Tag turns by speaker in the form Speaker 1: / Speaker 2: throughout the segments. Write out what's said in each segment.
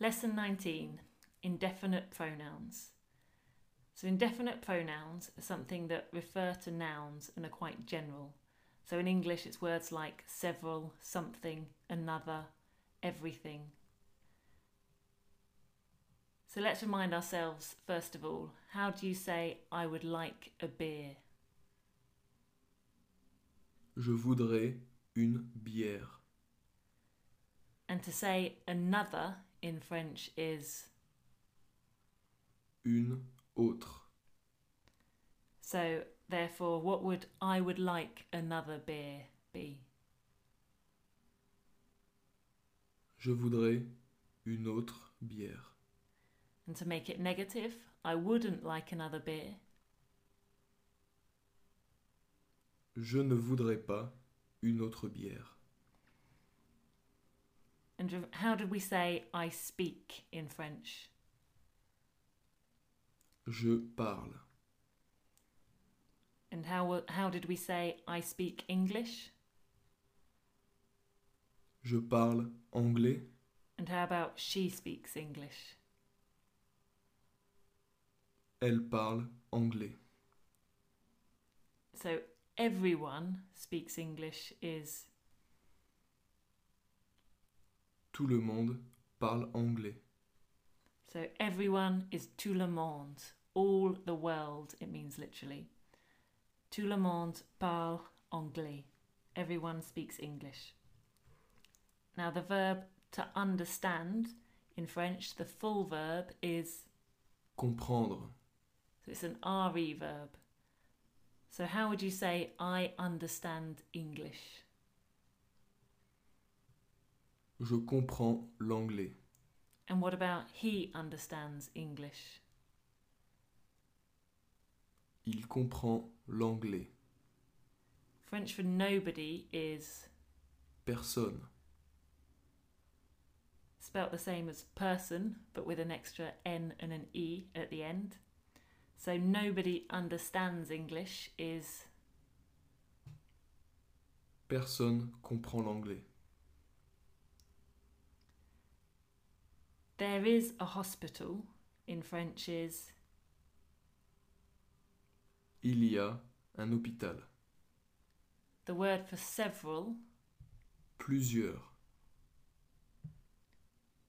Speaker 1: Lesson 19 Indefinite pronouns. So, indefinite pronouns are something that refer to nouns and are quite general. So, in English, it's words like several, something, another, everything. So, let's remind ourselves first of all how do you say, I would like a beer?
Speaker 2: Je voudrais une bière.
Speaker 1: And to say another in French is
Speaker 2: Une autre.
Speaker 1: so, therefore, what would I would like another beer be?
Speaker 2: Je voudrais une autre bière.
Speaker 1: And to make it negative, I wouldn't like another beer.
Speaker 2: Je ne voudrais pas une autre bière.
Speaker 1: And re- how did we say I speak in French?
Speaker 2: Je parle.
Speaker 1: And how wa- how did we say I speak English?
Speaker 2: Je parle anglais.
Speaker 1: And how about she speaks English?
Speaker 2: Elle parle anglais.
Speaker 1: So everyone speaks English is
Speaker 2: Tout le monde parle anglais.
Speaker 1: so everyone is tout le monde, all the world it means literally. Tout le monde parle anglais. Everyone speaks English. Now the verb to understand in French, the full verb is
Speaker 2: Comprendre.
Speaker 1: So it's an RE verb. So how would you say I understand English?
Speaker 2: Je comprends l'anglais.
Speaker 1: And what about he understands English?
Speaker 2: Il comprend l'anglais.
Speaker 1: French for nobody is
Speaker 2: Personne.
Speaker 1: spelt the same as person but with an extra n and an e at the end. So nobody understands English is
Speaker 2: Personne comprend l'anglais.
Speaker 1: there is a hospital in French is
Speaker 2: Il y a un hôpital.
Speaker 1: the word for several.
Speaker 2: Plusieurs.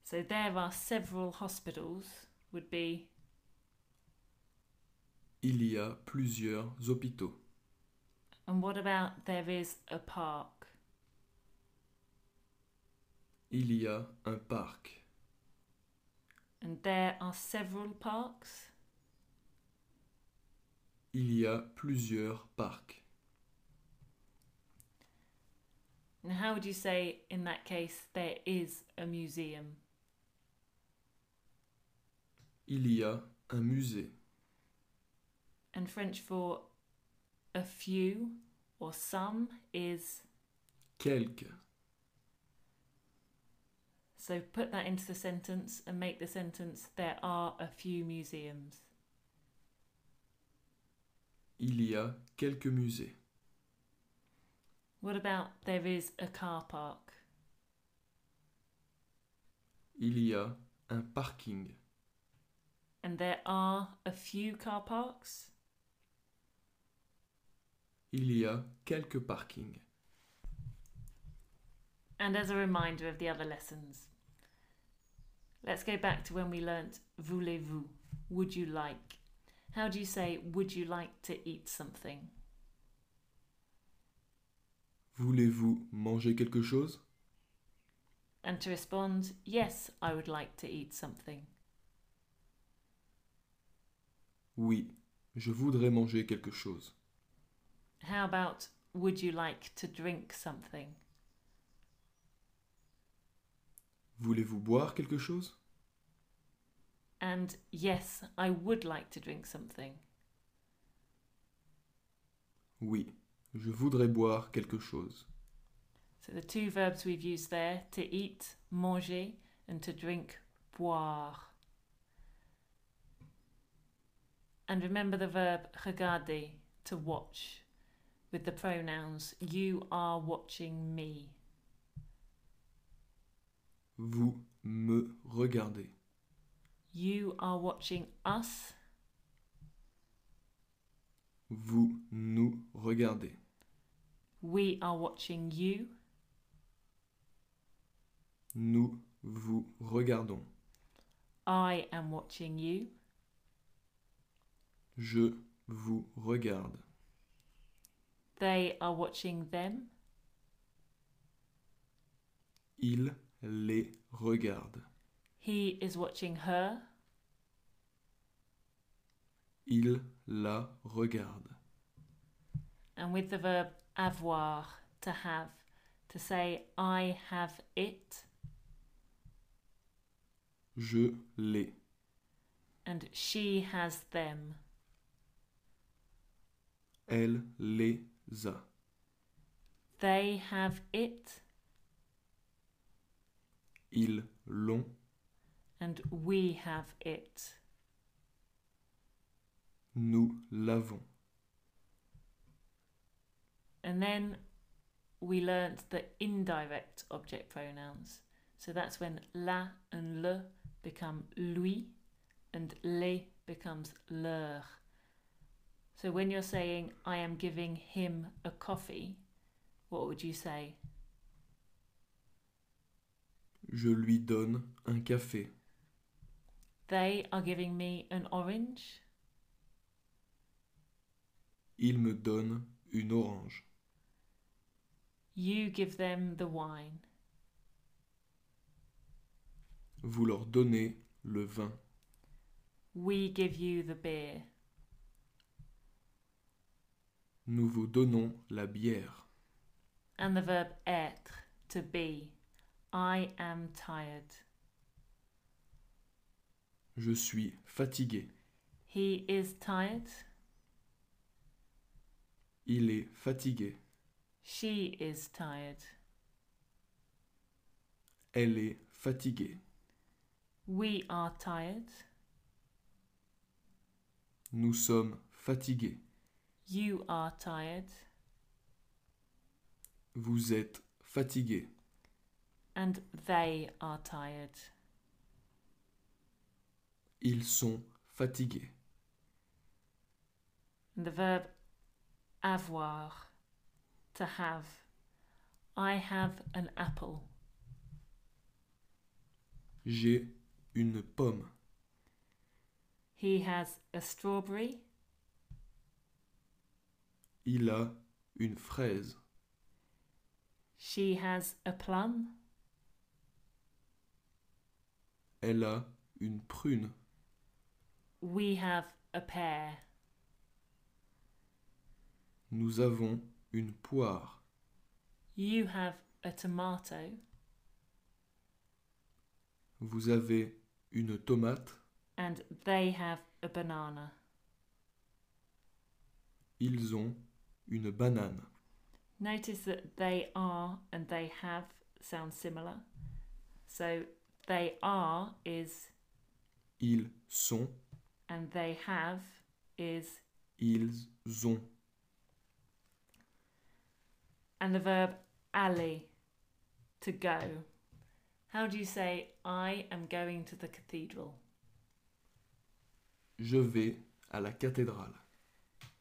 Speaker 1: So there are several hospitals would be
Speaker 2: Il y a plusieurs hôpitaux.
Speaker 1: and what about there is a park?
Speaker 2: Il y a un parc.
Speaker 1: And there are several parks.
Speaker 2: Il y a plusieurs parcs.
Speaker 1: And how would you say, in that case, there is a museum?
Speaker 2: Il y a un musée.
Speaker 1: And French for a few or some is.
Speaker 2: Quelques.
Speaker 1: So put that into the sentence and make the sentence, there are a few museums.
Speaker 2: Il y a quelques musées.
Speaker 1: What about there is a car park?
Speaker 2: Il y a un parking.
Speaker 1: And there are a few car parks?
Speaker 2: Il y a quelques parkings.
Speaker 1: And as a reminder of the other lessons, let's go back to when we learnt voulez-vous, would you like? How do you say would you like to eat something?
Speaker 2: Voulez-vous manger quelque chose
Speaker 1: And to respond, yes, I would like to eat something.
Speaker 2: Oui, je voudrais manger quelque chose.
Speaker 1: How about would you like to drink something?
Speaker 2: Voulez-vous boire quelque chose
Speaker 1: And yes, I would like to drink something.
Speaker 2: Oui, je voudrais boire quelque chose.
Speaker 1: So the two verbs we've used there to eat, manger, and to drink, boire. And remember the verb regarder, to watch, with the pronouns you are watching me.
Speaker 2: Vous me regarder.
Speaker 1: You are watching us.
Speaker 2: Vous nous regardez.
Speaker 1: We are watching you.
Speaker 2: Nous vous regardons.
Speaker 1: I am watching you.
Speaker 2: Je vous regarde.
Speaker 1: They are watching them.
Speaker 2: Il les regarde.
Speaker 1: He is watching her.
Speaker 2: Il la regarde.
Speaker 1: And with the verb avoir, to have, to say, I have it,
Speaker 2: Je les.
Speaker 1: and she has them.
Speaker 2: Elle les a.
Speaker 1: They have it,
Speaker 2: Ils l'ont.
Speaker 1: and we have it.
Speaker 2: Nous l'avons.
Speaker 1: And then we learnt the indirect object pronouns. So that's when la and le become lui and les becomes leur. So when you're saying, I am giving him a coffee, what would you say?
Speaker 2: Je lui donne un café.
Speaker 1: They are giving me an orange.
Speaker 2: Il me donne une orange.
Speaker 1: You give them the wine.
Speaker 2: Vous leur donnez le vin.
Speaker 1: We give you the beer.
Speaker 2: Nous vous donnons la bière.
Speaker 1: And the verb être, to be. I am tired.
Speaker 2: Je suis fatigué.
Speaker 1: He is tired.
Speaker 2: Il est fatigué.
Speaker 1: She is tired.
Speaker 2: Elle est fatiguée.
Speaker 1: We are tired.
Speaker 2: Nous sommes fatigués.
Speaker 1: You are tired.
Speaker 2: Vous êtes fatigués.
Speaker 1: And they are tired.
Speaker 2: Ils sont fatigués.
Speaker 1: And the verb avoir, to have. I have an apple.
Speaker 2: J'ai une pomme.
Speaker 1: He has a strawberry.
Speaker 2: Il a une fraise.
Speaker 1: She has a plum.
Speaker 2: Elle a une prune.
Speaker 1: We have a pear.
Speaker 2: Nous avons une poire.
Speaker 1: You have a tomato.
Speaker 2: Vous avez une tomate.
Speaker 1: And they have a banana.
Speaker 2: Ils ont une banane.
Speaker 1: Notice that they are and they have sound similar. So they are is
Speaker 2: Ils sont.
Speaker 1: and they have is
Speaker 2: Ils ont.
Speaker 1: and the verb alley to go. How do you say I am going to the cathedral?
Speaker 2: Je vais à la cathédrale.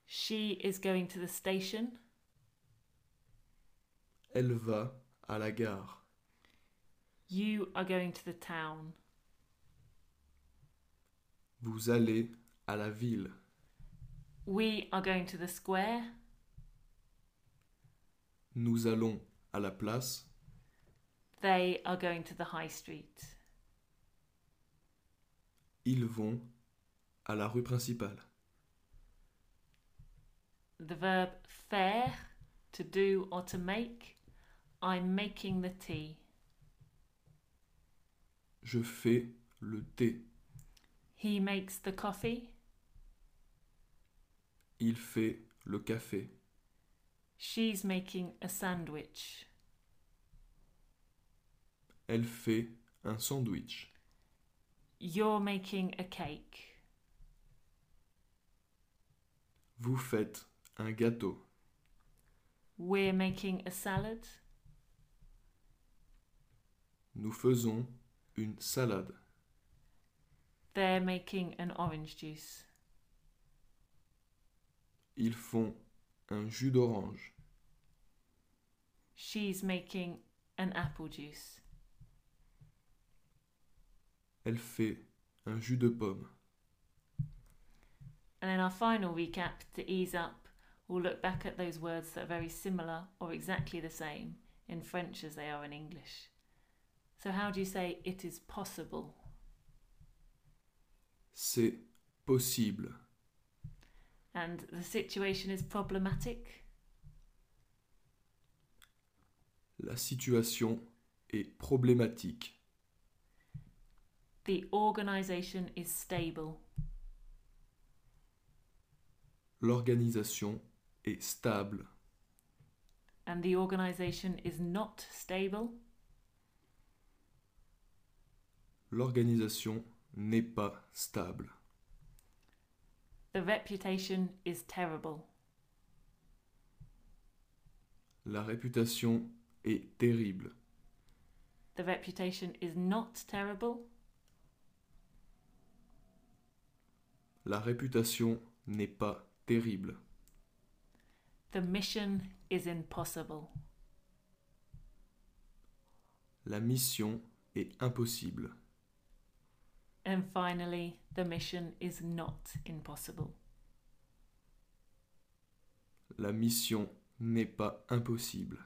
Speaker 1: She is going to the station.
Speaker 2: Elle va à la gare.
Speaker 1: You are going to the town.
Speaker 2: Vous allez à la ville.
Speaker 1: We are going to the square.
Speaker 2: Nous allons à la place.
Speaker 1: They are going to the high street.
Speaker 2: Ils vont à la rue principale.
Speaker 1: The verb faire to do or to make. I'm making the tea.
Speaker 2: Je fais le thé.
Speaker 1: He makes the coffee.
Speaker 2: Il fait le café.
Speaker 1: She's making a sandwich.
Speaker 2: Elle fait un sandwich.
Speaker 1: You're making a cake.
Speaker 2: Vous faites un gâteau.
Speaker 1: We're making a salad.
Speaker 2: Nous faisons une salade,
Speaker 1: They're making an orange juice.
Speaker 2: ils font un jus d'orange,
Speaker 1: She's making an apple juice.
Speaker 2: elle fait un jus de pomme,
Speaker 1: And in our final recap, to ease up, we'll look back at those words that are very similar or exactly the same in French as they are in English. So, how do you say it is possible?
Speaker 2: c'est possible,
Speaker 1: And the situation is problematic.
Speaker 2: la situation est problématique,
Speaker 1: The organisation is stable.
Speaker 2: l'organisation est stable,
Speaker 1: And the organisation is not stable.
Speaker 2: l'organisation n'est pas stable,
Speaker 1: The reputation is terrible.
Speaker 2: la réputation est terrible,
Speaker 1: The reputation is not terrible.
Speaker 2: la réputation n'est pas terrible,
Speaker 1: The mission is impossible.
Speaker 2: la mission est impossible.
Speaker 1: And finally, the mission is not impossible.
Speaker 2: La mission n'est pas impossible.